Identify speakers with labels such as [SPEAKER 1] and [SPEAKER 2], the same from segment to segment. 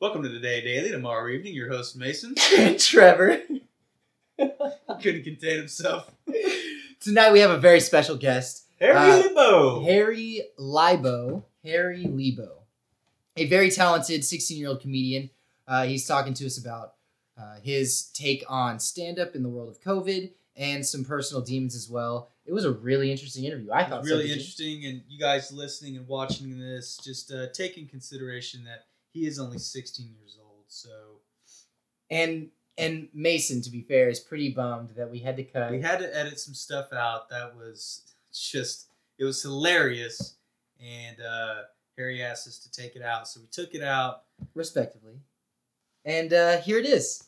[SPEAKER 1] Welcome to Today Daily. Tomorrow evening, your host Mason
[SPEAKER 2] Trevor.
[SPEAKER 1] couldn't contain himself.
[SPEAKER 2] Tonight we have a very special guest,
[SPEAKER 1] Harry
[SPEAKER 2] Uh,
[SPEAKER 1] Lebo.
[SPEAKER 2] Harry Libo. Harry Lebo, a very talented 16 year old comedian. Uh, he's talking to us about uh, his take on stand up in the world of COVID and some personal demons as well. It was a really interesting interview. I thought
[SPEAKER 1] It's
[SPEAKER 2] so,
[SPEAKER 1] really
[SPEAKER 2] did you?
[SPEAKER 1] interesting, and you guys listening and watching this, just uh, take in consideration that he is only 16 years old. So
[SPEAKER 2] And and Mason, to be fair, is pretty bummed that we had to cut.
[SPEAKER 1] we had to edit some stuff out that was just it was hilarious, and uh, Harry asked us to take it out, so we took it out.
[SPEAKER 2] respectively. And uh, here it is.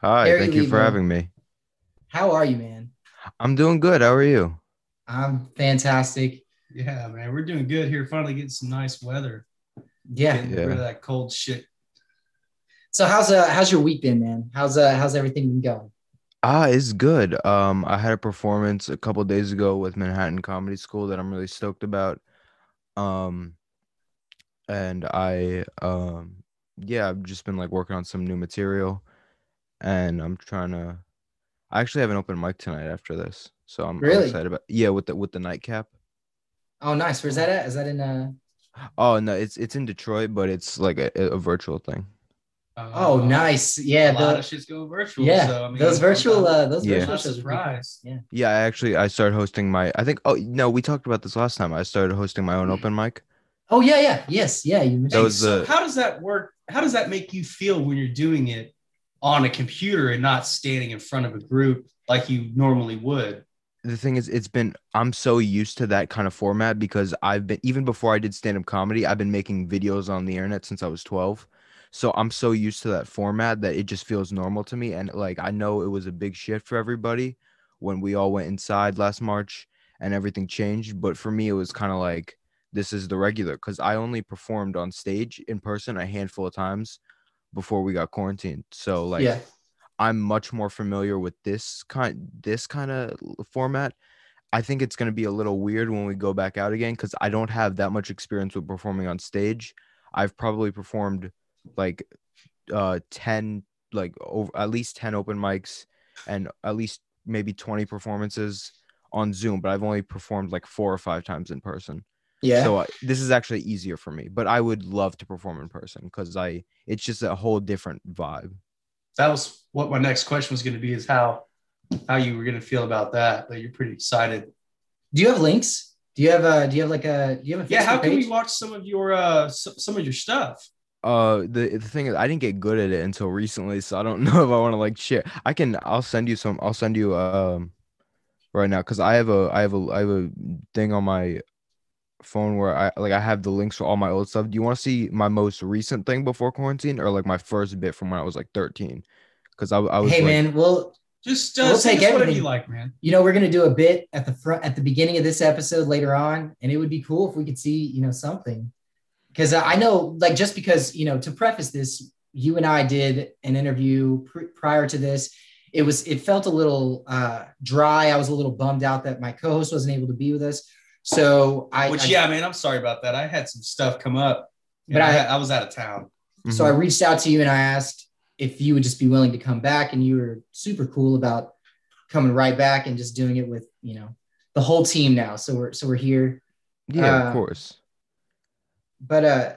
[SPEAKER 3] Hi,
[SPEAKER 2] Harry
[SPEAKER 3] thank you for
[SPEAKER 2] Lieber.
[SPEAKER 3] having me.
[SPEAKER 2] How are you, man?
[SPEAKER 3] I'm doing good. How are you?
[SPEAKER 2] I'm fantastic.
[SPEAKER 1] Yeah, man, we're doing good here. Finally getting some nice weather.
[SPEAKER 2] Yeah.
[SPEAKER 3] Yeah. rid of
[SPEAKER 1] that cold shit.
[SPEAKER 2] So how's uh how's your week been, man? How's uh how's everything been going?
[SPEAKER 3] Ah, it's good. Um, I had a performance a couple days ago with Manhattan Comedy School that I'm really stoked about. Um, and I um, yeah, I've just been like working on some new material, and I'm trying to. I actually have an open mic tonight after this, so I'm, I'm
[SPEAKER 2] Really?
[SPEAKER 3] excited about. Yeah, with the with the nightcap.
[SPEAKER 2] Oh, nice. Where's that at? Is that in uh?
[SPEAKER 3] Oh no, it's it's in Detroit, but it's like a, a virtual thing.
[SPEAKER 1] Uh,
[SPEAKER 2] Oh, nice.
[SPEAKER 1] a
[SPEAKER 2] Yeah.
[SPEAKER 1] lot of
[SPEAKER 2] The,
[SPEAKER 1] shit's going virtual.
[SPEAKER 2] yeah.
[SPEAKER 1] So, I mean,
[SPEAKER 2] those virtual uh those
[SPEAKER 3] Yeah.
[SPEAKER 1] I'm
[SPEAKER 2] virtual
[SPEAKER 1] not
[SPEAKER 2] shows. Are pretty-
[SPEAKER 1] surprised.
[SPEAKER 3] Yeah, I actually I started hosting my I think oh no, we talked about this last time. I started hosting my own open mic.
[SPEAKER 2] oh yeah, yeah, yes, yeah. You mentioned.
[SPEAKER 3] That was uh,
[SPEAKER 1] so
[SPEAKER 3] the-
[SPEAKER 1] how does that work? How does that make you feel when you're doing it on a computer and not standing in front of a group like you normally would?
[SPEAKER 3] The thing is it's been I'm so used to that kind of format because I've been even before I did stand-up comedy, I've been making videos on the internet since I was 12. So I'm so used to that format that it just feels normal to me and like I know it was a big shift for everybody when we all went inside last March and everything changed, but for me it was kind of like this is the regular cuz I only performed on stage in person a handful of times before we got quarantined. So like
[SPEAKER 2] yeah.
[SPEAKER 3] I'm much more familiar with this kind this kind of format. I think it's going to be a little weird when we go back out again cuz I don't have that much experience with performing on stage. I've probably performed like uh 10 like over, at least 10 open mics and at least maybe 20 performances on Zoom, but I've only performed like 4 or 5 times in person.
[SPEAKER 2] Yeah.
[SPEAKER 3] So uh, this is actually easier for me, but I would love to perform in person cuz I it's just a whole different vibe.
[SPEAKER 1] That was what my next question was going to be: is how how you were going to feel about that? But you're pretty excited.
[SPEAKER 2] do you have links? Do you have uh? Do you have like a? Do you have a?
[SPEAKER 1] Yeah. How
[SPEAKER 2] Facebook
[SPEAKER 1] can we
[SPEAKER 2] page?
[SPEAKER 1] watch some of your uh s- some of your stuff?
[SPEAKER 3] Uh, the the thing is, I didn't get good at it until recently, so I don't know if I want to like share. I can, I'll send you some. I'll send you um, right now, cause I have a, I have a, I have a thing on my phone where I like I have the links for all my old stuff. Do you want to see my most recent thing before quarantine, or like my first bit from when I was like thirteen? Cause I, I was
[SPEAKER 2] Hey
[SPEAKER 3] like,
[SPEAKER 2] man, well,
[SPEAKER 1] Just uh,
[SPEAKER 2] We'll
[SPEAKER 1] send
[SPEAKER 2] take
[SPEAKER 1] us whatever
[SPEAKER 2] everything.
[SPEAKER 1] you like, man.
[SPEAKER 2] you know we're gonna do a bit at the front at the beginning of this episode later on, and it would be cool if we could see you know something, because I I know like just because you know to preface this, you and I did an interview pr- prior to this. It was it felt a little uh, dry. I was a little bummed out that my co-host wasn't able to be with us. So I,
[SPEAKER 1] Which
[SPEAKER 2] I-
[SPEAKER 1] yeah, man. I'm sorry about that. I had some stuff come up, but
[SPEAKER 2] But
[SPEAKER 1] I,
[SPEAKER 2] I-
[SPEAKER 1] I was out of town.
[SPEAKER 2] so I
[SPEAKER 3] mhm.
[SPEAKER 2] reached out to you and I asked if you would just be willing to come back, and you were super cool about coming right back and just doing it with you know the whole team now. So we're so we're here.
[SPEAKER 3] yeah,
[SPEAKER 2] uh,
[SPEAKER 3] of course.
[SPEAKER 2] But uh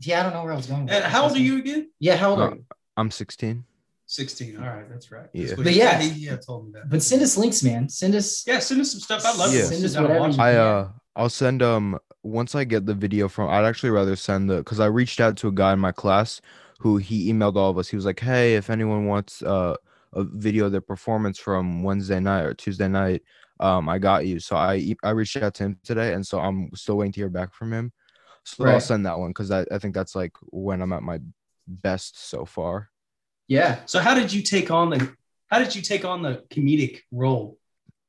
[SPEAKER 2] yeah, I don't know where I was going. with
[SPEAKER 1] And
[SPEAKER 2] this.
[SPEAKER 1] how old are you again?
[SPEAKER 2] Yeah, how old
[SPEAKER 3] No.
[SPEAKER 2] are you?
[SPEAKER 3] I'm sixteen.
[SPEAKER 1] 16. All right, that's right.
[SPEAKER 3] Yeah.
[SPEAKER 1] That's what
[SPEAKER 2] But
[SPEAKER 1] he-
[SPEAKER 2] yeah.
[SPEAKER 1] he, he had told me that.
[SPEAKER 2] But send us links, man. Send us
[SPEAKER 1] Yeah, send us some stuff. I love
[SPEAKER 3] Yeah.
[SPEAKER 1] to
[SPEAKER 3] Send
[SPEAKER 1] sit
[SPEAKER 2] us
[SPEAKER 1] down and
[SPEAKER 2] whatever
[SPEAKER 1] watch
[SPEAKER 2] you-
[SPEAKER 1] it.
[SPEAKER 3] I
[SPEAKER 2] Yeah.
[SPEAKER 3] uh I'll send um once I get the video from I'd actually rather send the because I reached out to a guy in my class who he emailed all of us. He was like, Hey, if anyone wants uh a video of their performance from Wednesday night or Tuesday night, um I got you. So I e- I reached out to him today and so I'm still waiting to hear back from him. So I'll
[SPEAKER 2] Right.
[SPEAKER 3] send that one because I, I think that's like when I'm at my best so far.
[SPEAKER 2] yeah.
[SPEAKER 1] So how did you take on the how did you take on the comedic role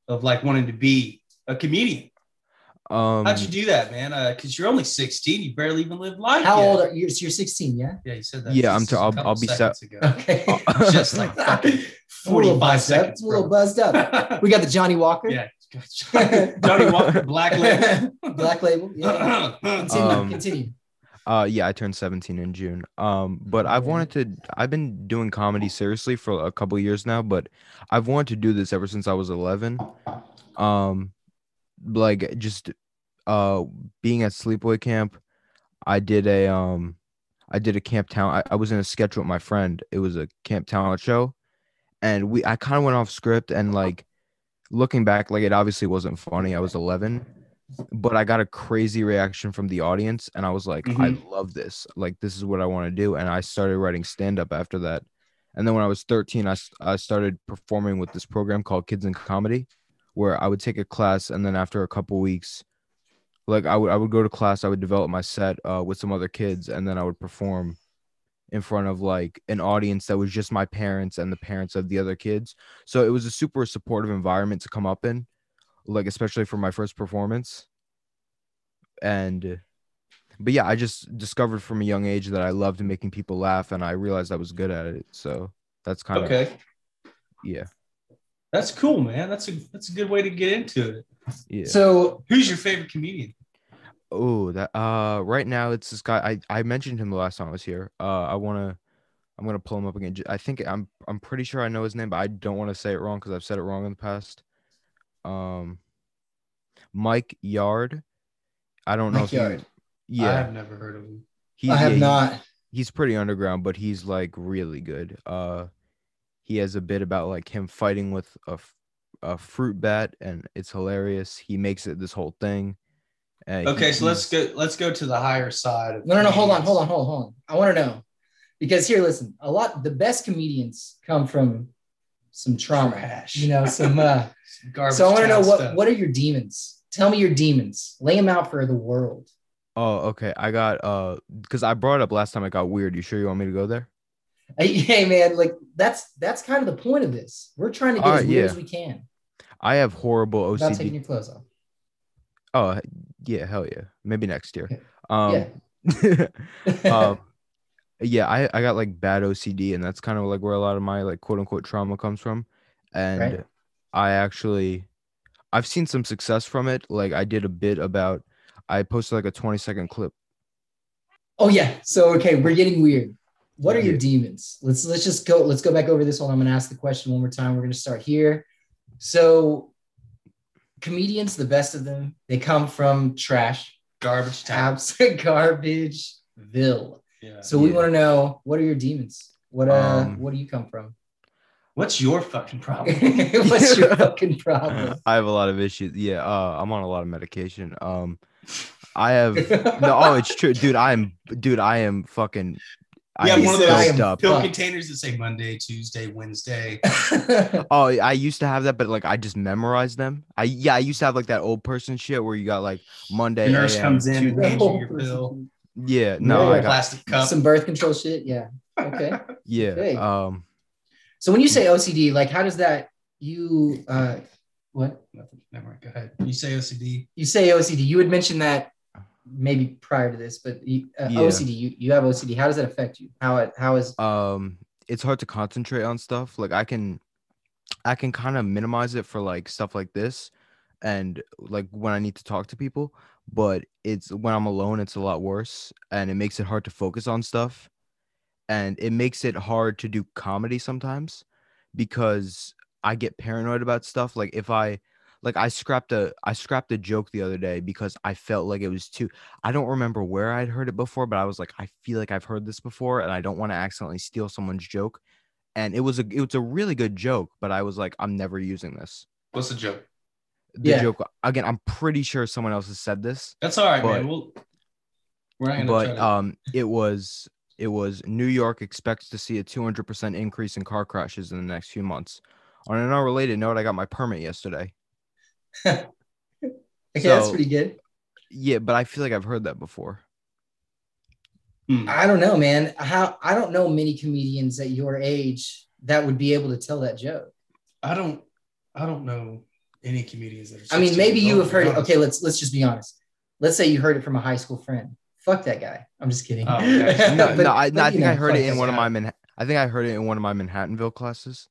[SPEAKER 1] of like wanting to be a comedian?
[SPEAKER 3] Um
[SPEAKER 1] How'd you do that, man? Uh, Cause you're only 16. You barely even lived life.
[SPEAKER 2] How
[SPEAKER 1] yet.
[SPEAKER 2] old are you? So you're 16, yeah?
[SPEAKER 1] Yeah, you said that.
[SPEAKER 3] Yeah, I'm
[SPEAKER 1] just
[SPEAKER 3] t-
[SPEAKER 1] a
[SPEAKER 3] I'll-
[SPEAKER 1] couple
[SPEAKER 3] I'll be
[SPEAKER 1] seconds ago.
[SPEAKER 2] Okay.
[SPEAKER 1] Just like fucking
[SPEAKER 2] I'm a
[SPEAKER 1] 45
[SPEAKER 2] little buzzed up.
[SPEAKER 1] seconds.
[SPEAKER 2] I'm a little
[SPEAKER 1] bro.
[SPEAKER 2] buzzed up. We got the Johnny Walker.
[SPEAKER 1] yeah. Johnny Walker, Black Label.
[SPEAKER 2] Black label. Yeah. Continue.
[SPEAKER 3] Um,
[SPEAKER 2] continue.
[SPEAKER 3] Uh, yeah, I turned 17 in June. Um, but I've
[SPEAKER 2] Okay.
[SPEAKER 3] wanted to, I've been doing comedy seriously for a couple years now, but I've wanted to do this ever since I was 11. Um, like just, uh, being at sleepaway camp, I did a, um, I did a camp town. I, I was in a sketch with my friend. It was a camp talent show, and we, I kind of went off script and like, looking back, like it obviously wasn't funny. I was 11, but I got a crazy reaction from the audience, and I was like, I love this. Like, this is what I want to do. And I started writing stand up after that. And then when I was 13, I, s- I started performing with this program called Kids in Comedy, where I would take a class, and then after a couple weeks, like I would I would go to class, I would develop my set uh, with some other kids, and then I would perform in front of like an audience that was just my parents and the parents of the other kids. So it was a super supportive environment to come up in, like especially for my first performance. And but yeah, I just discovered from a young age that I loved making people laugh and I realized I was good at it. So that's kind of
[SPEAKER 1] okay.
[SPEAKER 3] yeah.
[SPEAKER 1] That's cool, man. That's a that's a good way to get into it.
[SPEAKER 3] Yeah.
[SPEAKER 2] So
[SPEAKER 1] Who's your favorite comedian?
[SPEAKER 3] oh, that uh right now it's this guy I I mentioned him the last time I was here. Uh I want to I'm going to pull him up again. J- I think I'm I'm pretty sure I know his name, but I don't want to say it wrong cuz I've said it wrong in the past. Um Mike Yard. I don't know
[SPEAKER 2] Mike
[SPEAKER 3] if you-
[SPEAKER 2] Yard.
[SPEAKER 1] I
[SPEAKER 3] Yeah.
[SPEAKER 1] have never heard of him.
[SPEAKER 3] He's,
[SPEAKER 2] I have
[SPEAKER 3] yeah, he-
[SPEAKER 2] not.
[SPEAKER 3] he's pretty underground, but he's like really good. Uh, he has a bit about like him fighting with a, f- a fruit bat, and it's hilarious. He makes it this whole thing. and he-
[SPEAKER 1] Okay, so let's
[SPEAKER 3] he's-
[SPEAKER 1] go let's go to the higher side. Of
[SPEAKER 2] No, no, no. Hold on,
[SPEAKER 1] comedians.
[SPEAKER 2] hold on, hold on, hold on. I want to know because here, listen. A lot the best comedians come from some trauma.
[SPEAKER 1] Trash.
[SPEAKER 2] You know, some. Uh,
[SPEAKER 1] Garbage
[SPEAKER 2] so I want to know
[SPEAKER 1] town
[SPEAKER 2] what
[SPEAKER 1] stuff.
[SPEAKER 2] what are your demons? Tell me your demons. Lay them out for the world.
[SPEAKER 3] Oh, okay. I got uh, because I brought up last time I got weird. You sure you want me to go there?
[SPEAKER 2] Hey, Hey, man, like that's that's kind of the point of this. We're trying to get
[SPEAKER 3] All
[SPEAKER 2] as
[SPEAKER 3] right,
[SPEAKER 2] weird
[SPEAKER 3] yeah.
[SPEAKER 2] as we can
[SPEAKER 3] I have horrible
[SPEAKER 2] without taking
[SPEAKER 3] OCD.
[SPEAKER 2] your clothes off.
[SPEAKER 3] Oh, yeah, hell yeah. Maybe next year.
[SPEAKER 2] Okay.
[SPEAKER 3] Um, yeah. um, yeah, I, I got like bad OCD, and that's kind of like where a lot of my like quote unquote trauma comes from. And
[SPEAKER 2] Right.
[SPEAKER 3] I actually, I've seen some success from it. Like I did a bit about, I posted like a 20 second clip.
[SPEAKER 2] Oh yeah. So okay, we're getting weird. What are your
[SPEAKER 3] Yeah.
[SPEAKER 2] demons? Let's let's just go. Let's go back over this one. I'm gonna ask the question one more time. We're gonna start here. So comedians, the best of them, they come from trash,
[SPEAKER 1] garbage town.
[SPEAKER 2] tabs, garbageville.
[SPEAKER 1] Yeah.
[SPEAKER 2] So we
[SPEAKER 3] Yeah.
[SPEAKER 2] want to know what are your demons? What uh
[SPEAKER 3] Um,
[SPEAKER 2] what do you come from?
[SPEAKER 1] What's your fucking problem?
[SPEAKER 2] What's your fucking problem?
[SPEAKER 3] I have a lot of issues. Yeah, uh, I'm on a lot of medication. Um, I have no. Oh, it's true, dude. I am, dude. I am fucking. I
[SPEAKER 1] Yeah,
[SPEAKER 3] am
[SPEAKER 1] one of those-
[SPEAKER 3] doped
[SPEAKER 1] I
[SPEAKER 2] am
[SPEAKER 3] up.
[SPEAKER 1] Pill
[SPEAKER 2] Fuck.
[SPEAKER 1] containers that say Monday, Tuesday, Wednesday.
[SPEAKER 3] Oh, I used to have that, but like I just memorized them. I yeah, I used to have like that old person shit where you got like Monday.
[SPEAKER 1] The nurse
[SPEAKER 3] AM,
[SPEAKER 1] comes in and
[SPEAKER 3] Tuesday-
[SPEAKER 1] hands you your pill.
[SPEAKER 3] Yeah, no, I
[SPEAKER 2] Yeah.
[SPEAKER 3] got
[SPEAKER 1] plastic cup.
[SPEAKER 2] Some birth control shit. Yeah. Okay.
[SPEAKER 3] yeah.
[SPEAKER 2] Hey.
[SPEAKER 3] Um,
[SPEAKER 2] So when you say OCD, like how does that you uh what
[SPEAKER 1] Nothing. Never mind. Go ahead. You say OCD.
[SPEAKER 2] you say OCD? You had mentioned that maybe prior to this, but you, uh,
[SPEAKER 3] Yeah.
[SPEAKER 2] OCD, you, you have OCD. How does that affect you? How it how is
[SPEAKER 3] um, it's hard to concentrate on stuff. Like I can, I can kind of minimize it for like stuff like this, and like when I need to talk to people. But it's when I'm alone, it's a lot worse, and it makes it hard to focus on stuff, and it makes it hard to do comedy sometimes, because I get paranoid about stuff. Like if I, like I scrapped a, I scrapped a joke the other day because I felt like it was too. I don't remember where I'd heard it before, but I was like, I feel like I've heard this before, and I don't want to accidentally steal someone's joke. And it was a it was a really good joke, but I was like, I'm never using this.
[SPEAKER 1] What's the joke?
[SPEAKER 3] The
[SPEAKER 2] Yeah.
[SPEAKER 3] joke again, I'm pretty sure someone else has said this,
[SPEAKER 1] That's all right,
[SPEAKER 3] But-
[SPEAKER 1] man. We'll, we're not gonna try
[SPEAKER 3] but
[SPEAKER 1] to-
[SPEAKER 3] um, it was it was New York expects to see a 200% increase in car crashes in the next few months. On an unrelated note, I got my permit yesterday.
[SPEAKER 2] okay? that's
[SPEAKER 3] so-
[SPEAKER 2] pretty good.
[SPEAKER 3] Yeah, but I feel like I've heard that before.
[SPEAKER 1] Hmm.
[SPEAKER 2] I don't know, man. How I don't know many comedians at your age that would be able to tell that joke.
[SPEAKER 1] I don't I don't know any comedians that are
[SPEAKER 2] I mean,
[SPEAKER 1] 16
[SPEAKER 2] maybe you
[SPEAKER 1] years
[SPEAKER 2] have heard
[SPEAKER 1] old,
[SPEAKER 2] it.
[SPEAKER 1] to be
[SPEAKER 2] Okay, let's let's just be honest. Let's say you heard it from a high school friend. Fuck that guy. I'm just kidding.
[SPEAKER 1] Oh, okay.
[SPEAKER 3] No,
[SPEAKER 2] But-
[SPEAKER 3] no, I, no,
[SPEAKER 2] but,
[SPEAKER 3] I
[SPEAKER 2] you
[SPEAKER 3] think
[SPEAKER 2] know,
[SPEAKER 3] I heard
[SPEAKER 2] fuck
[SPEAKER 3] it
[SPEAKER 2] that
[SPEAKER 3] in one of
[SPEAKER 2] guy.
[SPEAKER 3] my Manha- I think I heard it in one of my Manhattanville classes.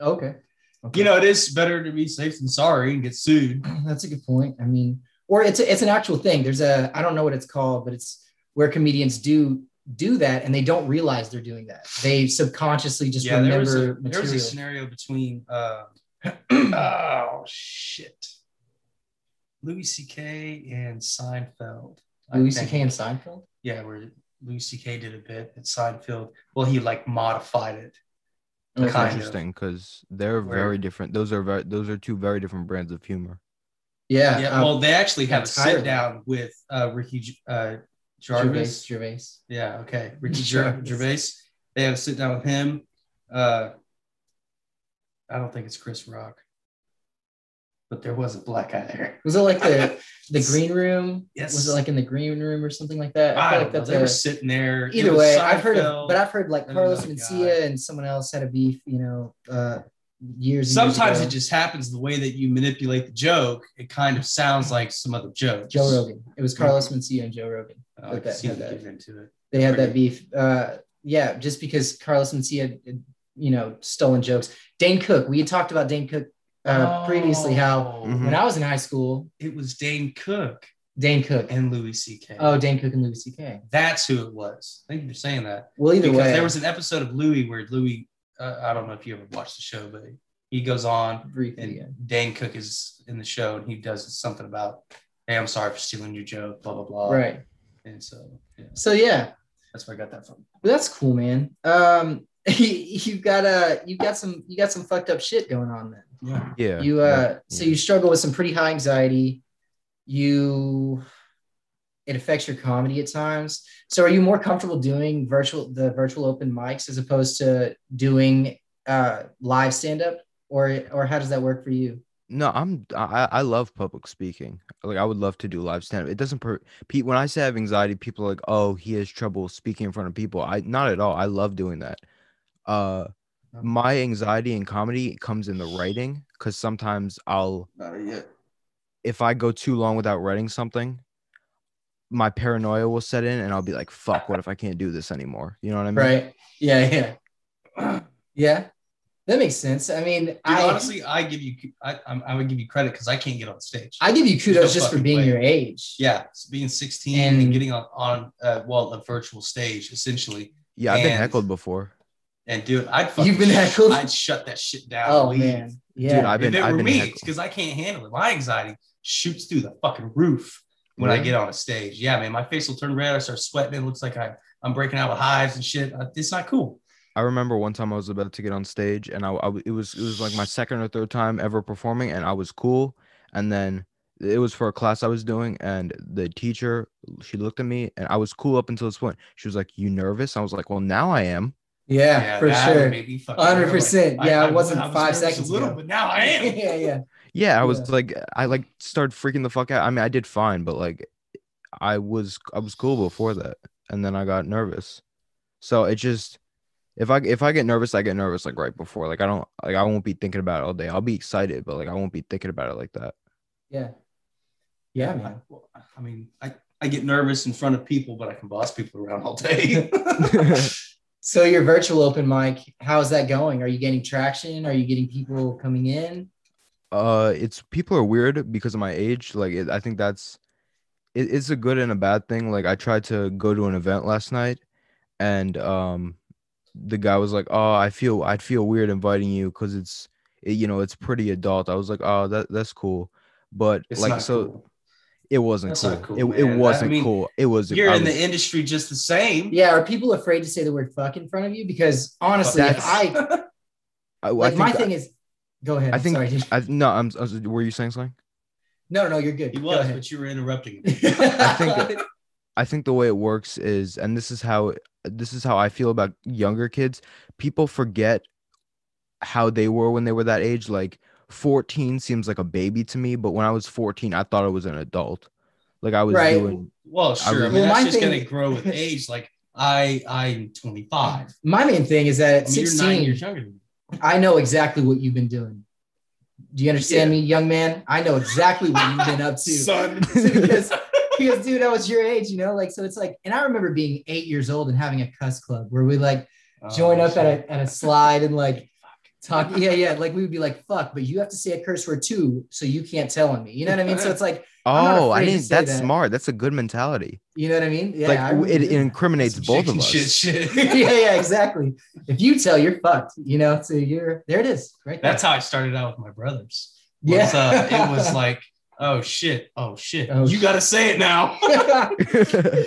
[SPEAKER 2] Okay. okay.
[SPEAKER 1] You know, it is better to be safe than sorry and get sued.
[SPEAKER 2] that's a good point. I mean, or it's it's an actual thing. There's a I don't know what it's called, but it's where comedians do do that and they don't realize they're doing that. They subconsciously just
[SPEAKER 1] yeah, there
[SPEAKER 2] remember
[SPEAKER 1] was, a, there
[SPEAKER 2] material.
[SPEAKER 1] was a scenario between uh, oh shit, Louis C.K. and Seinfeld. I
[SPEAKER 2] Louis
[SPEAKER 1] think.
[SPEAKER 2] C.K. and Seinfeld.
[SPEAKER 1] Yeah, where Louis C.K. did a bit at Seinfeld. Well, he like modified it.
[SPEAKER 3] That's
[SPEAKER 1] Kind of.
[SPEAKER 3] interesting because they're
[SPEAKER 1] Where-
[SPEAKER 3] very different. Those are very those are two very different brands of humor.
[SPEAKER 2] Yeah.
[SPEAKER 1] yeah,
[SPEAKER 2] um,
[SPEAKER 1] well, they actually have a sit
[SPEAKER 2] entirely.
[SPEAKER 1] down with uh, Ricky J- uh, Jarvis.
[SPEAKER 2] Gervais. Gervais.
[SPEAKER 1] Yeah, okay. Ricky Ger-
[SPEAKER 2] Jarvis.
[SPEAKER 1] Gervais. They have a sit down with him. Uh, I don't think it's Chris Rock, but there was a black guy there.
[SPEAKER 2] Was it like the the green room?
[SPEAKER 1] Yes.
[SPEAKER 2] Was it like in the green room or something like that?
[SPEAKER 1] I
[SPEAKER 2] feel
[SPEAKER 1] don't
[SPEAKER 2] like
[SPEAKER 1] know.
[SPEAKER 2] that's
[SPEAKER 1] They were
[SPEAKER 2] a-
[SPEAKER 1] sitting there. It
[SPEAKER 2] either
[SPEAKER 1] was
[SPEAKER 2] way, I've heard of,
[SPEAKER 1] Seinfeld.
[SPEAKER 2] but I've heard like
[SPEAKER 1] and
[SPEAKER 2] Carlos
[SPEAKER 1] another
[SPEAKER 2] Mencia and someone else had a beef, you know, uh, years. and
[SPEAKER 1] sometimes
[SPEAKER 2] years
[SPEAKER 1] it
[SPEAKER 2] ago.
[SPEAKER 1] just happens the way that you manipulate the joke. It kind of sounds like some other joke.
[SPEAKER 2] Joe Rogan. It was Carlos Mencia and Joe Rogan.
[SPEAKER 1] I
[SPEAKER 2] that-
[SPEAKER 1] can see
[SPEAKER 2] had
[SPEAKER 1] that
[SPEAKER 2] that.
[SPEAKER 1] getting into it.
[SPEAKER 2] They had that
[SPEAKER 1] Pretty-
[SPEAKER 2] beef. Uh, yeah, just because Carlos Mencia, you know, stolen jokes. Dane Cook. We had talked about Dane Cook uh, previously. How
[SPEAKER 1] Oh,
[SPEAKER 3] Mhm.
[SPEAKER 2] when I was in high school,
[SPEAKER 1] it was Dane Cook
[SPEAKER 2] Dane Cook.
[SPEAKER 1] and Louis C.K.
[SPEAKER 2] Oh, Dane Cook and Louis C.K.
[SPEAKER 1] that's who it was. Thank you for saying that.
[SPEAKER 2] Well, either
[SPEAKER 1] because
[SPEAKER 2] way,
[SPEAKER 1] there was an episode of Louis where Louis, uh, I don't know if you ever watched the show, but he goes on and
[SPEAKER 2] briefly. yeah.
[SPEAKER 1] Dane Cook is in the show and he does something about, hey, I'm sorry for stealing your joke, blah blah blah.
[SPEAKER 2] Right.
[SPEAKER 1] And so yeah,
[SPEAKER 2] So yeah,
[SPEAKER 1] that's where I got that from.
[SPEAKER 2] Well, that's cool, man. Um, you got uh, you got some you got some fucked up shit going on then.
[SPEAKER 1] Yeah.
[SPEAKER 3] Yeah.
[SPEAKER 2] you uh,
[SPEAKER 3] that-
[SPEAKER 2] so
[SPEAKER 3] yeah.
[SPEAKER 2] you struggle with some pretty high anxiety. You, it affects your comedy at times. So are you more comfortable doing virtual the virtual open mics as opposed to doing uh live stand up, or or how does that work for you?
[SPEAKER 3] No, I'm I, I love public speaking. Like I would love to do live stand up. It doesn't per Pete when I say I have anxiety, people are like, "Oh, he has trouble speaking in front of people." I not at all. I love doing that. Uh
[SPEAKER 2] Oh.
[SPEAKER 1] Okay.
[SPEAKER 3] my anxiety in comedy comes in the writing cuz sometimes I'll
[SPEAKER 1] Not yet.
[SPEAKER 3] if I go too long without writing something, my paranoia will set in and I'll be like, "Fuck, what if I can't do this anymore?" You know what I mean?
[SPEAKER 2] Right. Yeah. Yeah. Yeah. That makes sense. I mean,
[SPEAKER 1] Dude,
[SPEAKER 2] I
[SPEAKER 1] honestly, I give you, I, I'm- I would give you credit because I can't get on stage.
[SPEAKER 2] I give you
[SPEAKER 1] There's
[SPEAKER 2] kudos
[SPEAKER 1] no
[SPEAKER 2] just for
[SPEAKER 1] fucking
[SPEAKER 2] being
[SPEAKER 1] way.
[SPEAKER 2] your age.
[SPEAKER 1] yeah, it's being 16 and,
[SPEAKER 2] And-
[SPEAKER 1] getting on on uh, well a virtual stage essentially,
[SPEAKER 3] Yeah, I've been
[SPEAKER 1] And-
[SPEAKER 3] heckled before.
[SPEAKER 1] and dude, I'd fucking
[SPEAKER 2] You've been
[SPEAKER 1] sh-
[SPEAKER 2] heckled?
[SPEAKER 1] I'd shut that shit down. and
[SPEAKER 2] Oh
[SPEAKER 1] leave.
[SPEAKER 2] man. Yeah.
[SPEAKER 3] Dude, I've been
[SPEAKER 1] if it
[SPEAKER 3] I've
[SPEAKER 1] were
[SPEAKER 3] been
[SPEAKER 1] me,
[SPEAKER 3] heckled.
[SPEAKER 1] because I can't handle it. My anxiety shoots through the fucking roof when I
[SPEAKER 3] Yeah.
[SPEAKER 1] get on a stage. Yeah, man, my face will turn red. I start sweating. It looks like I, I'm breaking out with hives and shit. Uh, It's not cool.
[SPEAKER 3] I remember one time I was about to get on stage, and I, I w- it was it was like my second or third time ever performing, and I was cool. And then it was for a class I was doing, and the teacher she looked at me, and I was cool up until this point. She was like, "You nervous?" I was like, "Well, now I am."
[SPEAKER 2] Yeah, for
[SPEAKER 1] that
[SPEAKER 2] sure.
[SPEAKER 1] made me fucking
[SPEAKER 2] Hundred
[SPEAKER 1] nervous.
[SPEAKER 2] percent.
[SPEAKER 1] Like,
[SPEAKER 2] Yeah,
[SPEAKER 1] I-
[SPEAKER 2] it wasn't
[SPEAKER 1] I was
[SPEAKER 2] five
[SPEAKER 1] nervous
[SPEAKER 2] seconds
[SPEAKER 1] A little,
[SPEAKER 2] ago.
[SPEAKER 1] but now I am.
[SPEAKER 2] yeah, yeah.
[SPEAKER 3] Yeah,
[SPEAKER 2] Yeah.
[SPEAKER 3] I was like, I like started freaking the fuck out. I mean, I did fine, but like, I was I was cool before that, and then I got nervous. So it just if I if I get nervous, I get nervous like right before. Like I don't like I won't be thinking about it all day. I'll be excited, but like I won't be thinking about it like that.
[SPEAKER 2] Yeah. Yeah, man.
[SPEAKER 1] I, well, I mean, I, I get nervous in front of people, but I can boss people around all day.
[SPEAKER 2] So your virtual open mic, how's that going? Are you getting traction? Are you getting people coming in?
[SPEAKER 3] uh it's people are weird because of my age like it, i think that's it, it's a good and a bad thing like i tried to go to an event last night and um the guy was like oh i feel i'd feel weird inviting you because it's it, you know it's pretty adult i was like oh that that's cool but
[SPEAKER 1] It's
[SPEAKER 3] like
[SPEAKER 1] not
[SPEAKER 3] so
[SPEAKER 1] cool.
[SPEAKER 3] it wasn't
[SPEAKER 1] That's
[SPEAKER 3] cool,
[SPEAKER 1] not cool,
[SPEAKER 3] it,
[SPEAKER 1] man. I
[SPEAKER 3] it wasn't
[SPEAKER 1] mean,
[SPEAKER 3] cool it was
[SPEAKER 1] You're
[SPEAKER 3] I
[SPEAKER 1] in
[SPEAKER 3] was-
[SPEAKER 1] the industry just the same.
[SPEAKER 2] Yeah, are people afraid to say the word fuck in front of you? Because honestly, if
[SPEAKER 3] That's-
[SPEAKER 2] I
[SPEAKER 3] I, I
[SPEAKER 2] like
[SPEAKER 3] think,
[SPEAKER 2] my thing is go ahead.
[SPEAKER 3] I
[SPEAKER 2] I'm
[SPEAKER 3] think-
[SPEAKER 2] sorry, dude.
[SPEAKER 3] I, no i'm I was- were you saying something
[SPEAKER 2] No, no, you're good.
[SPEAKER 1] He
[SPEAKER 2] Go
[SPEAKER 1] was,
[SPEAKER 2] ahead.
[SPEAKER 1] but you were interrupting.
[SPEAKER 3] I think I think the way it works is, and this is how this is how I feel about younger kids. People forget how they were when they were that age. Like 14 seems like a baby to me, but when I was 14, I thought I was an adult. Like I was
[SPEAKER 2] Right.
[SPEAKER 3] doing
[SPEAKER 1] Well,
[SPEAKER 3] I
[SPEAKER 1] sure. I, mean,
[SPEAKER 3] was-
[SPEAKER 2] Well,
[SPEAKER 1] that's
[SPEAKER 2] my
[SPEAKER 1] just
[SPEAKER 2] thing-
[SPEAKER 1] gonna grow with age. Like I, I'm 25.
[SPEAKER 2] my main thing is that
[SPEAKER 1] I
[SPEAKER 2] at
[SPEAKER 1] mean, you're nine
[SPEAKER 2] 16,
[SPEAKER 1] years younger than me.
[SPEAKER 2] I know exactly what you've been doing. Do you understand me, young man? I know exactly what you've been up to.
[SPEAKER 1] son.
[SPEAKER 2] because because dude, I was your age, you know, like so it's like, and I remember being
[SPEAKER 4] Oh,
[SPEAKER 2] eight years old and having a cuss club where we like join up at a, at a slide and like talk. Yeah, yeah. Like we would be like, fuck, but you have to say a curse word too, so you can't tell on me. You know what I mean? So it's like, not
[SPEAKER 3] Oh,
[SPEAKER 2] afraid
[SPEAKER 3] I
[SPEAKER 2] to
[SPEAKER 3] didn't.
[SPEAKER 2] say
[SPEAKER 3] That's
[SPEAKER 2] that.
[SPEAKER 3] smart. That's a good mentality.
[SPEAKER 2] you know what I mean? Yeah,
[SPEAKER 3] like
[SPEAKER 2] I
[SPEAKER 3] w-
[SPEAKER 2] really
[SPEAKER 3] it,
[SPEAKER 2] do
[SPEAKER 3] it
[SPEAKER 2] that.
[SPEAKER 3] incriminates both of us.
[SPEAKER 4] Shit, shit.
[SPEAKER 2] yeah, yeah, exactly. If you tell, you're fucked. You know, so you're there. It is right. There.
[SPEAKER 4] That's how I started out with my brothers.
[SPEAKER 2] yeah.
[SPEAKER 4] Was, uh, it was like, oh shit, oh shit,
[SPEAKER 2] Oh,
[SPEAKER 4] you
[SPEAKER 2] shit.
[SPEAKER 4] gotta say it now. so
[SPEAKER 2] Yeah.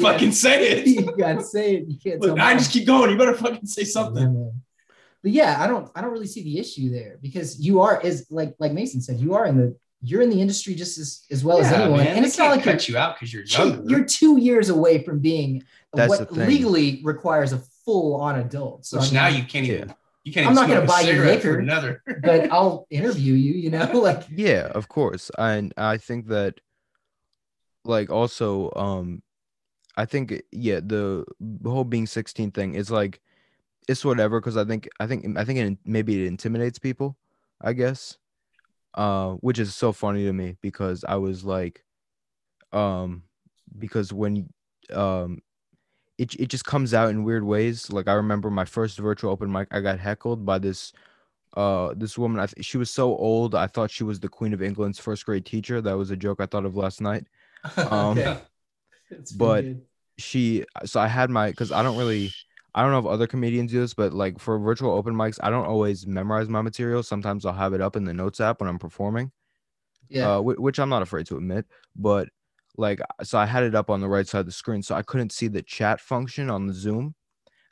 [SPEAKER 4] fucking say it.
[SPEAKER 2] you gotta say it. You can't.
[SPEAKER 4] Look,
[SPEAKER 2] tell
[SPEAKER 4] I
[SPEAKER 2] mom.
[SPEAKER 4] just keep going. You better fucking say
[SPEAKER 2] Yeah,
[SPEAKER 4] something.
[SPEAKER 2] man. But yeah, I don't I don't really see the issue there because you are is like like Mason said, you are in the you're in the industry just as, as well as
[SPEAKER 4] Yeah,
[SPEAKER 2] anyone.
[SPEAKER 4] man,
[SPEAKER 2] and
[SPEAKER 4] they
[SPEAKER 2] it's not
[SPEAKER 4] can't
[SPEAKER 2] like you're
[SPEAKER 4] cut you out because you're
[SPEAKER 2] cheap.
[SPEAKER 4] younger.
[SPEAKER 2] You're two years away from being
[SPEAKER 3] That's
[SPEAKER 2] what
[SPEAKER 3] the thing.
[SPEAKER 2] legally requires a full on adult. So I
[SPEAKER 4] which
[SPEAKER 2] mean,
[SPEAKER 4] now you can't even. You can't.
[SPEAKER 2] I'm
[SPEAKER 4] even
[SPEAKER 2] not
[SPEAKER 4] smoke a
[SPEAKER 2] gonna buy you
[SPEAKER 4] cigarette for
[SPEAKER 2] liquor.
[SPEAKER 4] Another.
[SPEAKER 2] but I'll interview you, you know, like
[SPEAKER 3] yeah, of course. And I think that like also um I think yeah, the whole being 16 thing is like it's whatever cuz I think I think I think it maybe it intimidates people, I guess. Uh which is so funny to me because I was like um because when um it it just comes out in weird ways. Like I remember my first virtual open mic, I got heckled by this uh this woman I th- she was so old I thought she was the Queen of England's first grade teacher. That was a joke I thought of last night. Um
[SPEAKER 2] Okay. it's pretty
[SPEAKER 3] But-
[SPEAKER 2] good.
[SPEAKER 3] she so I had my because I don't really I don't know if other comedians do this, but like for virtual open mics, I don't always memorize my material. Sometimes I'll have it up in the notes app when I'm performing,
[SPEAKER 2] yeah.
[SPEAKER 3] uh, whi- which I'm not afraid to admit. But like, so I had it up on the right side of the screen, so I couldn't see the chat function on the Zoom,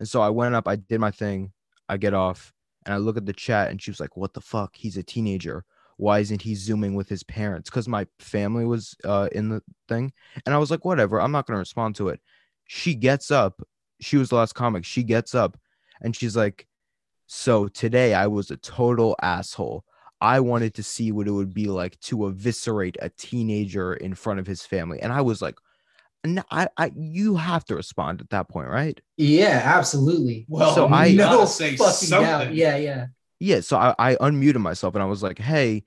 [SPEAKER 3] and so I went up, I did my thing, I get off, and I look at the chat, and she was like, "What the fuck? He's a teenager. Why isn't he zooming with his parents?" Because my family was uh, in the thing, and I was like, "Whatever, I'm not gonna respond to it." She gets up. She was the last comic. She gets up, and she's like, "So today I was a total asshole. I wanted to see what it would be like to eviscerate a teenager in front of his family," and I was like. No, I, I, you have to respond at that point, right?
[SPEAKER 2] yeah, absolutely.
[SPEAKER 4] well,
[SPEAKER 3] So
[SPEAKER 4] so
[SPEAKER 3] I-
[SPEAKER 4] I
[SPEAKER 3] you
[SPEAKER 2] no
[SPEAKER 4] gotta say
[SPEAKER 2] fucking doubt.
[SPEAKER 4] something.
[SPEAKER 2] Yeah, yeah.
[SPEAKER 3] Yeah, so I, I unmuted myself and I was like, hey,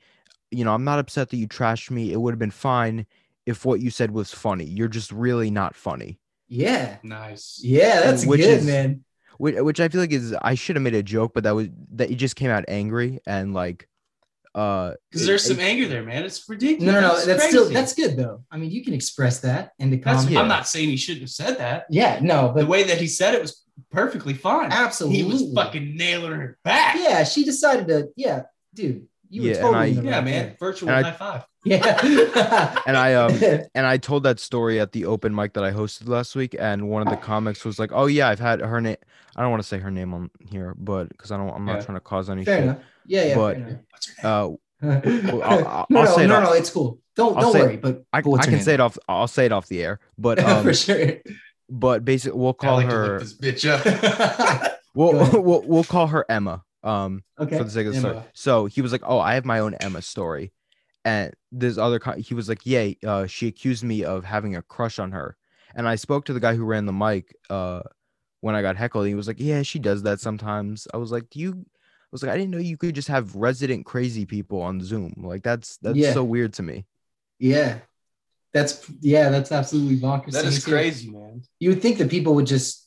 [SPEAKER 3] you know, I'm not upset that you trashed me. It would have been fine if what you said was funny. You're just really not funny.
[SPEAKER 2] Yeah.
[SPEAKER 4] Nice.
[SPEAKER 2] Yeah, that's
[SPEAKER 3] Which
[SPEAKER 2] good,
[SPEAKER 3] is-
[SPEAKER 2] man.
[SPEAKER 3] Which, which I feel like is I should have made a joke, but that was that it just came out angry and like uh
[SPEAKER 4] Because
[SPEAKER 3] it-
[SPEAKER 4] there's some
[SPEAKER 3] it-
[SPEAKER 4] anger there, man. It's ridiculous.
[SPEAKER 2] No, no, no. That's still
[SPEAKER 4] crazy.
[SPEAKER 2] that's good though. I mean, you can express that in the
[SPEAKER 4] That's-
[SPEAKER 2] comments.
[SPEAKER 3] Yeah.
[SPEAKER 4] I'm not saying he shouldn't have said that.
[SPEAKER 2] Yeah, no,
[SPEAKER 4] The
[SPEAKER 2] but
[SPEAKER 4] way that he said it was perfectly fine.
[SPEAKER 2] absolutely.
[SPEAKER 4] He was fucking nailing her back. Yeah,
[SPEAKER 2] Yeah, she decided to. Yeah, dude, you
[SPEAKER 3] Yeah,
[SPEAKER 2] were
[SPEAKER 3] and
[SPEAKER 2] totally.
[SPEAKER 3] I-
[SPEAKER 2] in the right
[SPEAKER 4] man.
[SPEAKER 2] there.
[SPEAKER 4] Virtual
[SPEAKER 3] And I-
[SPEAKER 4] high five.
[SPEAKER 2] Yeah.
[SPEAKER 3] and I um and I told that story at the open mic that I hosted last week, and one of the comics was like, "Oh yeah, I've had her name. I don't want to say her name on here, but because I don't, I'm not
[SPEAKER 4] Yeah.
[SPEAKER 3] trying to cause any
[SPEAKER 2] fair
[SPEAKER 3] shit.
[SPEAKER 2] enough. Yeah, yeah.
[SPEAKER 3] Um, But-
[SPEAKER 2] fair enough.
[SPEAKER 4] What's her name?
[SPEAKER 3] Uh, I'll- I'll-
[SPEAKER 2] no,
[SPEAKER 3] I'll
[SPEAKER 2] no,
[SPEAKER 3] say it
[SPEAKER 2] no,
[SPEAKER 3] off-
[SPEAKER 2] no. It's cool. Don't
[SPEAKER 3] I'll
[SPEAKER 2] don't
[SPEAKER 3] say it-
[SPEAKER 2] worry. But
[SPEAKER 3] I,
[SPEAKER 2] What's
[SPEAKER 3] I
[SPEAKER 2] her
[SPEAKER 3] can
[SPEAKER 2] name?
[SPEAKER 3] say it off. I'll say it off the air, but um,
[SPEAKER 2] for sure.
[SPEAKER 3] but basically, we'll
[SPEAKER 4] I
[SPEAKER 3] call
[SPEAKER 4] like to
[SPEAKER 3] her.
[SPEAKER 4] look this bitch up.
[SPEAKER 3] We'll,
[SPEAKER 2] Go ahead.
[SPEAKER 3] we'll we'll call her Emma. Um,
[SPEAKER 2] Okay.
[SPEAKER 3] for the sake of the story.
[SPEAKER 4] Emma.
[SPEAKER 3] So he was like, "Oh, I have my own Emma story," and this other co- he was like, "Yeah, uh, she accused me of having a crush on her," and I spoke to the guy who ran the mic uh, when I got heckled. He was like, "Yeah, she does that sometimes." I was like, "Do you?" I was like, "I didn't know you could just have resident crazy people on Zoom. Like that's that's
[SPEAKER 2] Yeah.
[SPEAKER 3] so weird to me."
[SPEAKER 2] Yeah. That's yeah. That's absolutely bonkers.
[SPEAKER 4] that
[SPEAKER 2] to me,
[SPEAKER 4] is
[SPEAKER 2] too.
[SPEAKER 4] crazy, man.
[SPEAKER 2] You would think that people would just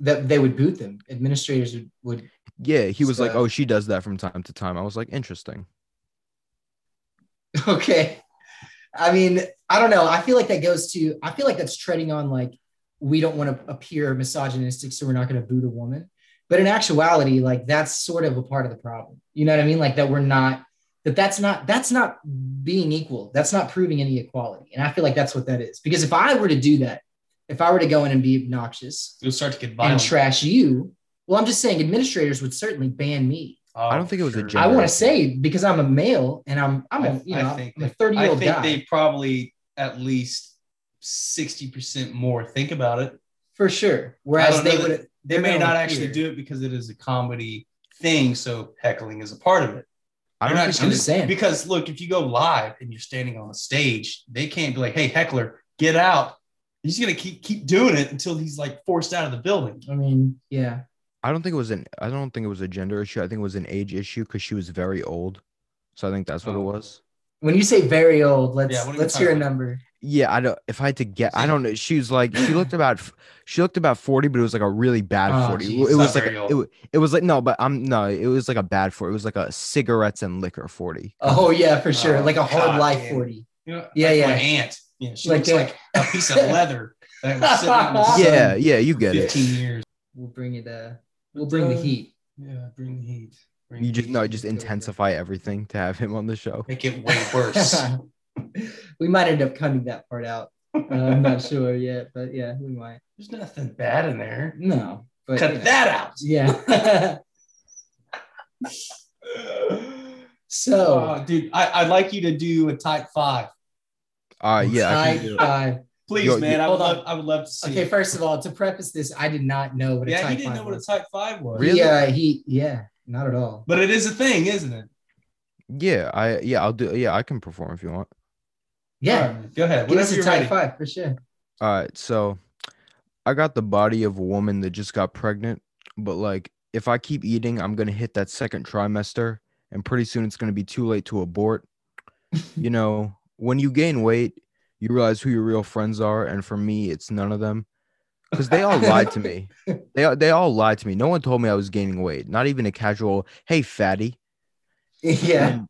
[SPEAKER 2] that they would boot them. Administrators would, would
[SPEAKER 3] Yeah, he was like,
[SPEAKER 2] So-
[SPEAKER 3] "Oh, she does that from time to time." I was like, "Interesting."
[SPEAKER 2] Okay. I mean, I don't know. I feel like that goes to, I feel like that's treading on like, we don't want to appear misogynistic, so we're not going to boot a woman. But in actuality, like that's sort of a part of the problem. You know what I mean? Like that we're not, that that's not, that's not being equal. That's not proving any equality. And I feel like that's what that is. Because if I were to do that, if I were to go in and be obnoxious
[SPEAKER 4] You'll start to get
[SPEAKER 2] and
[SPEAKER 4] violent.
[SPEAKER 2] trash you, well, I'm just saying administrators would certainly ban me.
[SPEAKER 4] Oh,
[SPEAKER 3] I don't think it was a
[SPEAKER 4] sure.
[SPEAKER 3] joke.
[SPEAKER 2] I want to say because I'm a male and I'm, I'm a, you know, I am a 30 year old
[SPEAKER 4] I think
[SPEAKER 2] guy.
[SPEAKER 4] they probably at least sixty percent more think about it.
[SPEAKER 2] for sure. Whereas
[SPEAKER 4] don't know
[SPEAKER 2] they
[SPEAKER 4] that-
[SPEAKER 2] would,
[SPEAKER 4] They
[SPEAKER 2] They're
[SPEAKER 4] may
[SPEAKER 2] gonna
[SPEAKER 4] not actually
[SPEAKER 2] appear.
[SPEAKER 4] do it because it is a comedy thing, so heckling is a part of it.
[SPEAKER 3] I
[SPEAKER 4] They're
[SPEAKER 3] don't
[SPEAKER 4] not
[SPEAKER 3] think
[SPEAKER 4] gonna-
[SPEAKER 2] I'm just saying.
[SPEAKER 4] Because look, if you go live and you're standing on a stage, they can't be like, "Hey, heckler, get out." He's gonna keep keep doing it until he's like forced out of the building.
[SPEAKER 2] I mean, yeah,
[SPEAKER 3] I don't think it was an I don't think it was a gender issue. I think it was an age issue because she was very old. So I think that's what it
[SPEAKER 4] Oh.
[SPEAKER 3] was.
[SPEAKER 2] when you say very old, let's
[SPEAKER 4] Yeah, what are we
[SPEAKER 2] let's hear a
[SPEAKER 4] talking
[SPEAKER 2] number.
[SPEAKER 3] yeah, I don't. If I had to get, I don't know. She was like, she looked about, she looked about forty, but it was like a really bad
[SPEAKER 2] Oh,
[SPEAKER 3] forty.
[SPEAKER 2] geez,
[SPEAKER 3] it
[SPEAKER 1] not
[SPEAKER 3] was like
[SPEAKER 1] very
[SPEAKER 3] a-
[SPEAKER 1] old.
[SPEAKER 3] it, wa- it was like no, but I'm no. It was like a bad forty. It was like a cigarettes and liquor forty.
[SPEAKER 2] Oh yeah, for sure.
[SPEAKER 1] Oh,
[SPEAKER 2] like a hard
[SPEAKER 1] God,
[SPEAKER 2] life
[SPEAKER 1] man.
[SPEAKER 2] forty.
[SPEAKER 1] You know,
[SPEAKER 2] Yeah,
[SPEAKER 1] like
[SPEAKER 2] yeah.
[SPEAKER 1] My aunt, yeah, she
[SPEAKER 2] Like
[SPEAKER 1] looks
[SPEAKER 2] that.
[SPEAKER 1] like a piece of leather that was sitting in the sun
[SPEAKER 3] Yeah, yeah, you get it.
[SPEAKER 1] fifteen years.
[SPEAKER 2] We'll bring it. Uh, we'll bring the
[SPEAKER 1] Uh,
[SPEAKER 2] heat.
[SPEAKER 1] Yeah, bring the heat. Bring
[SPEAKER 3] You
[SPEAKER 1] the
[SPEAKER 3] just
[SPEAKER 1] heat.
[SPEAKER 3] no, just intensify everything to have him on the show.
[SPEAKER 1] make it way worse.
[SPEAKER 2] we might end up cutting that part out. Uh, I'm not sure yet, but yeah, we might.
[SPEAKER 1] There's nothing bad in there.
[SPEAKER 2] No, but
[SPEAKER 1] Cut
[SPEAKER 2] you know.
[SPEAKER 1] that out.
[SPEAKER 2] Yeah. so
[SPEAKER 1] Oh, dude, I, I'd like you to do a type five,
[SPEAKER 3] All right, Uh, yeah, I
[SPEAKER 2] type
[SPEAKER 3] can do it.
[SPEAKER 2] five.
[SPEAKER 1] please,
[SPEAKER 3] Yo,
[SPEAKER 1] man. I would
[SPEAKER 2] Hold on.
[SPEAKER 1] love, I would love to see.
[SPEAKER 2] Okay,
[SPEAKER 1] it.
[SPEAKER 2] first of all, to preface this, I did not know what a
[SPEAKER 1] yeah,
[SPEAKER 2] type
[SPEAKER 1] he didn't
[SPEAKER 2] five
[SPEAKER 1] know what a
[SPEAKER 2] was.
[SPEAKER 1] type five was.
[SPEAKER 3] Really?
[SPEAKER 2] Yeah, he yeah, not at all.
[SPEAKER 1] But it is a thing, isn't it?
[SPEAKER 3] yeah, I yeah, I'll do. Yeah, I can perform if you want.
[SPEAKER 2] Yeah,
[SPEAKER 1] All right, man, go ahead.
[SPEAKER 2] give
[SPEAKER 1] Whatever
[SPEAKER 2] us a
[SPEAKER 1] you're
[SPEAKER 2] type
[SPEAKER 1] ready.
[SPEAKER 2] five for sure.
[SPEAKER 3] All right, so I got the body of a woman that just got pregnant, but like if I keep eating, I'm gonna hit that second trimester, and pretty soon it's gonna be too late to abort. you know, when you gain weight, you realize who your real friends are, and for me, it's none of them, because they all lied to me. They all- they all lied to me. No one told me I was gaining weight. Not even a casual, hey fatty.
[SPEAKER 2] Yeah.
[SPEAKER 3] And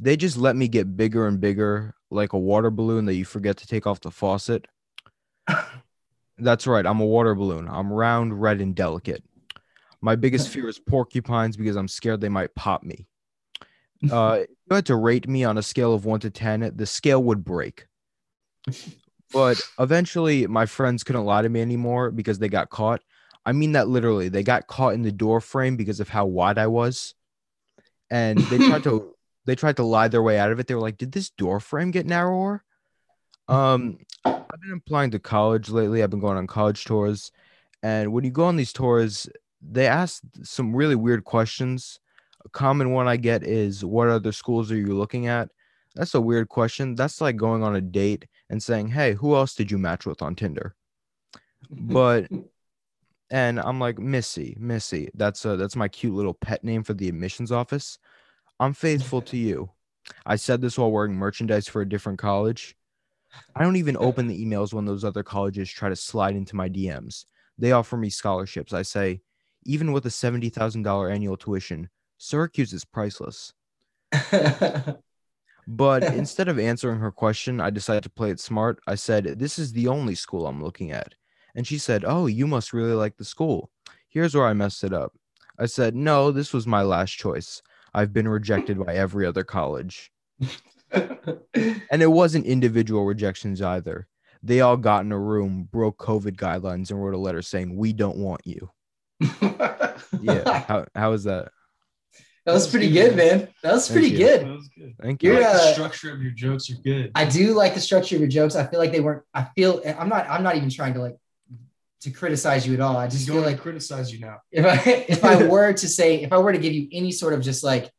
[SPEAKER 3] they just let me get bigger and bigger, like a water balloon that you forget to take off the faucet. That's right. I'm a water balloon. I'm round, red, and delicate. My biggest fear is porcupines because I'm scared they might pop me. Uh, if you had to rate me on a scale of one to 10, the scale would break. But eventually, my friends couldn't lie to me anymore because they got caught. I mean that literally. They got caught in the door frame because of how wide I was. And they tried to they tried to lie their way out of it. They were like, "Did this door frame get narrower?" Um, I've been applying to college lately. I've been going on college tours, and when you go on these tours, they ask some really weird questions. A common one I get is, "What other schools are you looking at?" That's a weird question. That's like going on a date and saying, "Hey, who else did you match with on Tinder?" But and I'm like, "Missy, Missy. That's uh that's my cute little pet name for the admissions office. I'm faithful to you." I said this while wearing merchandise for a different college. I don't even open the emails when those other colleges try to slide into my DMs. They offer me scholarships. I say, even with a $70,000 annual tuition, Syracuse is priceless. But instead of answering her question, I decided to play it smart. I said, This is the only school I'm looking at. And she said, Oh, you must really like the school. Here's where I messed it up. I said, No, this was my last choice. I've been rejected by every other college. And it wasn't individual rejections either. They all got in a room, broke COVID guidelines, and wrote a letter saying, We don't want you.
[SPEAKER 1] that
[SPEAKER 3] Yeah. how, how is that?
[SPEAKER 2] that was pretty good, man. That was
[SPEAKER 3] Mm-hmm. Thank
[SPEAKER 2] pretty
[SPEAKER 3] you.
[SPEAKER 2] good.
[SPEAKER 1] was good.
[SPEAKER 3] Thank
[SPEAKER 1] I
[SPEAKER 3] you.
[SPEAKER 2] You're
[SPEAKER 1] like the
[SPEAKER 2] uh,
[SPEAKER 1] structure of your jokes are good.
[SPEAKER 2] I do like the structure of your jokes. I feel like they weren't. I feel I'm not. I'm not even trying to like to criticize you at all. I
[SPEAKER 1] He's
[SPEAKER 2] just feel
[SPEAKER 1] going
[SPEAKER 2] like
[SPEAKER 1] to criticize you now.
[SPEAKER 2] if I if I were to say if I were to give you any sort of just like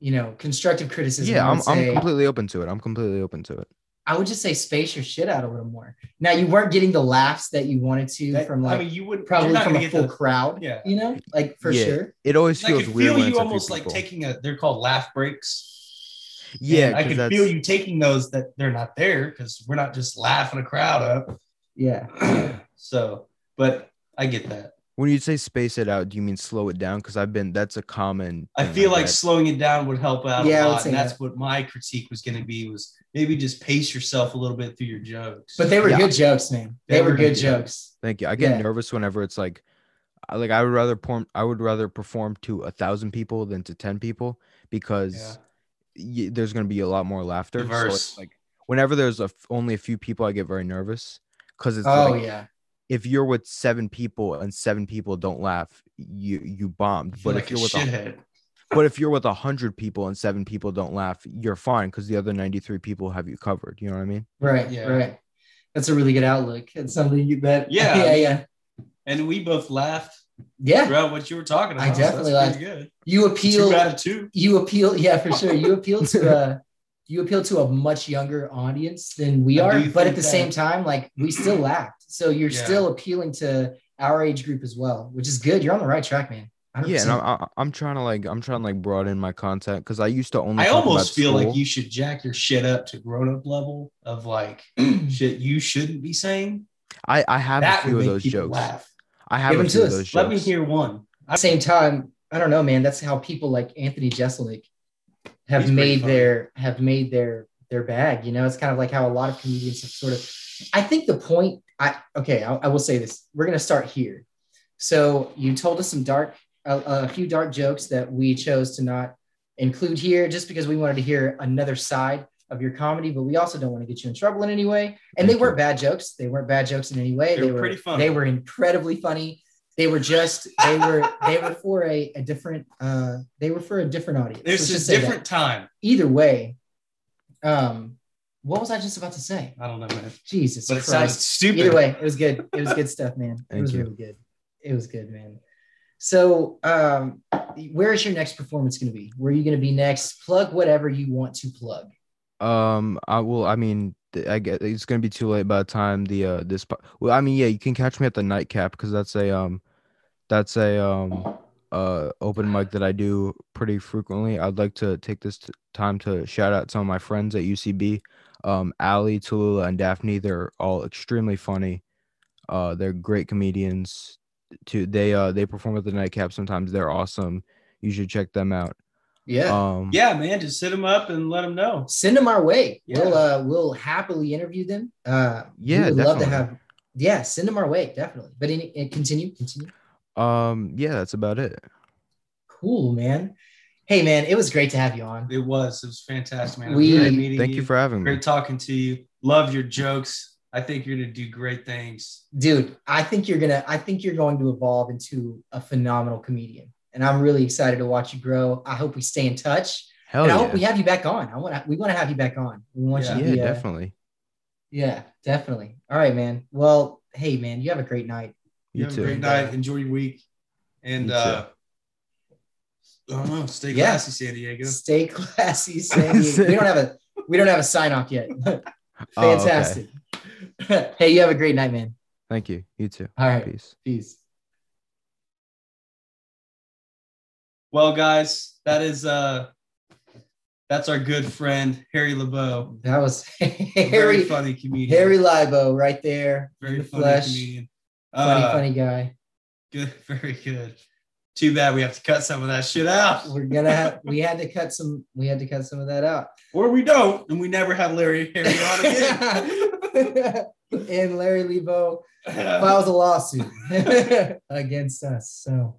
[SPEAKER 2] you know constructive criticism,
[SPEAKER 3] Yeah,
[SPEAKER 2] I
[SPEAKER 3] I'm,
[SPEAKER 2] would
[SPEAKER 3] I'm
[SPEAKER 2] say-
[SPEAKER 3] completely open to it. I'm completely open to it.
[SPEAKER 2] I would just say space your shit out a little more. Now you weren't getting the laughs that you wanted to
[SPEAKER 1] That-
[SPEAKER 2] from like
[SPEAKER 1] I mean, you wouldn't
[SPEAKER 2] probably
[SPEAKER 1] you're not
[SPEAKER 2] from
[SPEAKER 1] gonna
[SPEAKER 2] a
[SPEAKER 1] get
[SPEAKER 2] full
[SPEAKER 1] the-
[SPEAKER 2] crowd.
[SPEAKER 1] Yeah.
[SPEAKER 2] you know, like for
[SPEAKER 3] Yeah.
[SPEAKER 2] sure.
[SPEAKER 3] It always
[SPEAKER 1] I
[SPEAKER 3] feels
[SPEAKER 1] could
[SPEAKER 3] weird.
[SPEAKER 1] feel
[SPEAKER 3] when it's
[SPEAKER 1] you
[SPEAKER 3] a few
[SPEAKER 1] almost like
[SPEAKER 3] people.
[SPEAKER 1] taking a. They're called laugh breaks.
[SPEAKER 3] Yeah,
[SPEAKER 1] And I
[SPEAKER 3] 'cause
[SPEAKER 1] could
[SPEAKER 3] that's-
[SPEAKER 1] feel you taking those that they're not there because we're not just laughing a crowd
[SPEAKER 2] Yeah,
[SPEAKER 1] up. so, but I get that.
[SPEAKER 3] When you say space it out, do you mean slow it down? Because I've been that's a common.
[SPEAKER 1] I
[SPEAKER 3] thing
[SPEAKER 1] feel
[SPEAKER 3] I
[SPEAKER 1] like
[SPEAKER 3] get.
[SPEAKER 1] slowing it down would help out
[SPEAKER 2] Yeah, I
[SPEAKER 1] a
[SPEAKER 2] would
[SPEAKER 1] lot.
[SPEAKER 2] say
[SPEAKER 1] And that's what my critique was going to be was maybe just pace yourself a little bit through your jokes.
[SPEAKER 2] but they were
[SPEAKER 3] Yeah.
[SPEAKER 2] good jokes, man. They, were, good jokes.
[SPEAKER 3] Thank you. I get
[SPEAKER 2] Yeah.
[SPEAKER 3] nervous whenever it's like, I- like I would rather perform. I would rather perform to a thousand people than to ten people because
[SPEAKER 1] Yeah.
[SPEAKER 3] y- there's going to be a lot more laughter. So it's
[SPEAKER 1] Diverse.
[SPEAKER 3] like whenever there's a f- only a few people, I get very nervous because it's
[SPEAKER 2] Oh
[SPEAKER 3] like
[SPEAKER 2] yeah,
[SPEAKER 3] if you're with seven people and seven people don't laugh, you you bombed.
[SPEAKER 1] Feel
[SPEAKER 3] But
[SPEAKER 1] like
[SPEAKER 3] if
[SPEAKER 1] a
[SPEAKER 3] you're with a,
[SPEAKER 1] shithead.
[SPEAKER 3] but if you're with a hundred people and seven people don't laugh, you're fine because the other ninety three people have you covered. You know what I mean?
[SPEAKER 2] right,
[SPEAKER 1] Yeah.
[SPEAKER 2] right. That's a really good outlook. It's something you that
[SPEAKER 1] Yeah.
[SPEAKER 2] yeah, yeah,
[SPEAKER 1] and we both laughed
[SPEAKER 2] yeah.
[SPEAKER 1] throughout what you were talking
[SPEAKER 2] I
[SPEAKER 1] about. so
[SPEAKER 2] definitely
[SPEAKER 1] that's pretty good.
[SPEAKER 2] You appeal.
[SPEAKER 1] Two out of two.
[SPEAKER 2] you appeal yeah for sure you appeal to a you appeal to a much younger audience than we
[SPEAKER 1] I
[SPEAKER 2] are
[SPEAKER 1] do
[SPEAKER 2] but at
[SPEAKER 1] think
[SPEAKER 2] the
[SPEAKER 1] that-
[SPEAKER 2] same time like we still laughed so you're
[SPEAKER 1] Yeah.
[SPEAKER 2] still appealing to our age group as well which is good you're on the right track man
[SPEAKER 3] Yeah, and I'm, I- I'm trying to like I'm trying to like broaden my content because I used to only.
[SPEAKER 1] I
[SPEAKER 3] talk
[SPEAKER 1] almost
[SPEAKER 3] about
[SPEAKER 1] feel like
[SPEAKER 3] school.
[SPEAKER 1] you should jack your shit up to grown up level of like shit you shouldn't be saying.
[SPEAKER 3] I I have
[SPEAKER 1] That
[SPEAKER 3] a
[SPEAKER 1] would
[SPEAKER 3] few of
[SPEAKER 1] make
[SPEAKER 3] those
[SPEAKER 1] people
[SPEAKER 3] jokes.
[SPEAKER 1] laugh.
[SPEAKER 3] I have
[SPEAKER 2] Give
[SPEAKER 3] a
[SPEAKER 2] 'em to
[SPEAKER 3] few of
[SPEAKER 2] us.
[SPEAKER 3] those jokes.
[SPEAKER 1] Let me hear one. I
[SPEAKER 2] At the same time, I don't know, man. That's how people like Anthony Jeselnik have
[SPEAKER 1] He's pretty
[SPEAKER 2] made
[SPEAKER 1] funny.
[SPEAKER 2] their have made their their bag. You know, it's kind of like how a lot of comedians have sort of. I think the point. I okay. I, I will say this. We're gonna start here. So you told us some dark, a, a few dark jokes that we chose to not include here, just because we wanted to hear another side of your comedy. But we also don't want to get you in trouble in any way. And they
[SPEAKER 3] Thank you.
[SPEAKER 2] weren't bad jokes. They weren't bad jokes in any way.
[SPEAKER 1] They
[SPEAKER 2] They,
[SPEAKER 1] were
[SPEAKER 2] were
[SPEAKER 1] pretty funny.
[SPEAKER 2] They were incredibly funny. They were just they were they were for a, a different uh they were for a different audience.
[SPEAKER 1] This
[SPEAKER 2] Let's
[SPEAKER 1] is
[SPEAKER 2] just say that.
[SPEAKER 1] different time.
[SPEAKER 2] Either way, um, what was I just about to say?
[SPEAKER 1] I don't know, man.
[SPEAKER 2] Jesus
[SPEAKER 1] But it
[SPEAKER 2] Christ.
[SPEAKER 1] sounds stupid.
[SPEAKER 2] Either way, it was good. It was good stuff, man. it
[SPEAKER 3] Thank
[SPEAKER 2] was
[SPEAKER 3] you.
[SPEAKER 2] really good. It was good, man. So, um, where is your next performance going to be? Where are you going to be next? Plug whatever you want to plug.
[SPEAKER 3] Um, I will. I mean, th- I guess it's gonna be too late by the time the uh this. po- Well, I mean, yeah, you can catch me at the nightcap because that's a um, that's a um, uh, open mic that I do pretty frequently. I'd like to take this t- time to shout out some of my friends at UCB, um, Ali, Tallulah, and Daphne. They're all extremely funny. Uh, they're great comedians. Too. They uh they perform at the nightcap sometimes. They're awesome. You should check them out.
[SPEAKER 2] Yeah.
[SPEAKER 3] Um,
[SPEAKER 1] Yeah, man. Just hit them up and let them know.
[SPEAKER 2] send them our way.
[SPEAKER 1] Yeah.
[SPEAKER 2] We'll uh, we'll happily interview them. Uh, we
[SPEAKER 3] Yeah,
[SPEAKER 2] would love to
[SPEAKER 3] definitely.
[SPEAKER 2] have. Yeah, send them our way, definitely. But any, and continue, continue.
[SPEAKER 3] um, yeah, that's about it.
[SPEAKER 2] Cool, man. Hey, man, it was great to have you on.
[SPEAKER 1] It was. It was fantastic, man. It was
[SPEAKER 2] We-
[SPEAKER 1] great meeting
[SPEAKER 3] Thank you for having me.
[SPEAKER 1] great talking to you. Love your jokes. I think you're gonna do great things.
[SPEAKER 2] dude i think you're gonna i think you're going to evolve into a phenomenal comedian and i'm really excited to watch you grow i hope we stay in touch
[SPEAKER 3] Hell
[SPEAKER 2] and i
[SPEAKER 3] Oh, yeah.
[SPEAKER 2] hope we have you back on i want to we want to have you back on we want
[SPEAKER 1] Oh, Yeah.
[SPEAKER 2] you
[SPEAKER 3] yeah,
[SPEAKER 2] to be, uh,
[SPEAKER 3] definitely.
[SPEAKER 2] yeah definitely all right man well hey man you have a great night
[SPEAKER 3] You
[SPEAKER 1] have
[SPEAKER 3] too.
[SPEAKER 1] a great night. Enjoy your week. And
[SPEAKER 3] You
[SPEAKER 1] uh I don't know, stay
[SPEAKER 2] Yeah.
[SPEAKER 1] classy, San Diego.
[SPEAKER 2] stay classy san Diego. we don't have a we don't have a sign off yet
[SPEAKER 3] Oh, okay.
[SPEAKER 2] fantastic hey you have a great night man
[SPEAKER 3] Thank you. You too.
[SPEAKER 2] all right
[SPEAKER 3] Peace.
[SPEAKER 2] peace
[SPEAKER 1] Well, guys, that is uh that's our good friend Harry LeBeau.
[SPEAKER 2] that was
[SPEAKER 1] Very
[SPEAKER 2] harry
[SPEAKER 1] funny comedian.
[SPEAKER 2] harry libo right there in
[SPEAKER 1] very
[SPEAKER 2] the
[SPEAKER 1] funny
[SPEAKER 2] flesh
[SPEAKER 1] comedian.
[SPEAKER 2] funny
[SPEAKER 1] Uh,
[SPEAKER 2] funny guy
[SPEAKER 1] Good, very good. Too bad we have to cut some of that shit out.
[SPEAKER 2] we're gonna have we had to cut some we had to cut some of that out
[SPEAKER 1] Or we don't, and we never have Larry Harry on again.
[SPEAKER 2] and larry lebo
[SPEAKER 1] Uh,
[SPEAKER 2] files a lawsuit against us so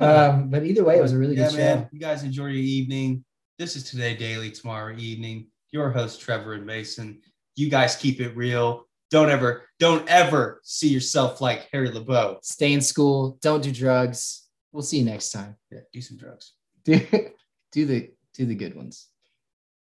[SPEAKER 2] um but either way it was a really
[SPEAKER 1] yeah,
[SPEAKER 2] good
[SPEAKER 1] man.
[SPEAKER 2] show
[SPEAKER 1] You guys enjoy your evening. This is today daily, tomorrow evening. Your host Trevor and Mason. You guys keep it real. Don't ever, don't ever see yourself like Harry LeBeau.
[SPEAKER 2] stay in school don't do drugs we'll see you next time
[SPEAKER 1] Yeah, do some drugs.
[SPEAKER 2] do do the do the good ones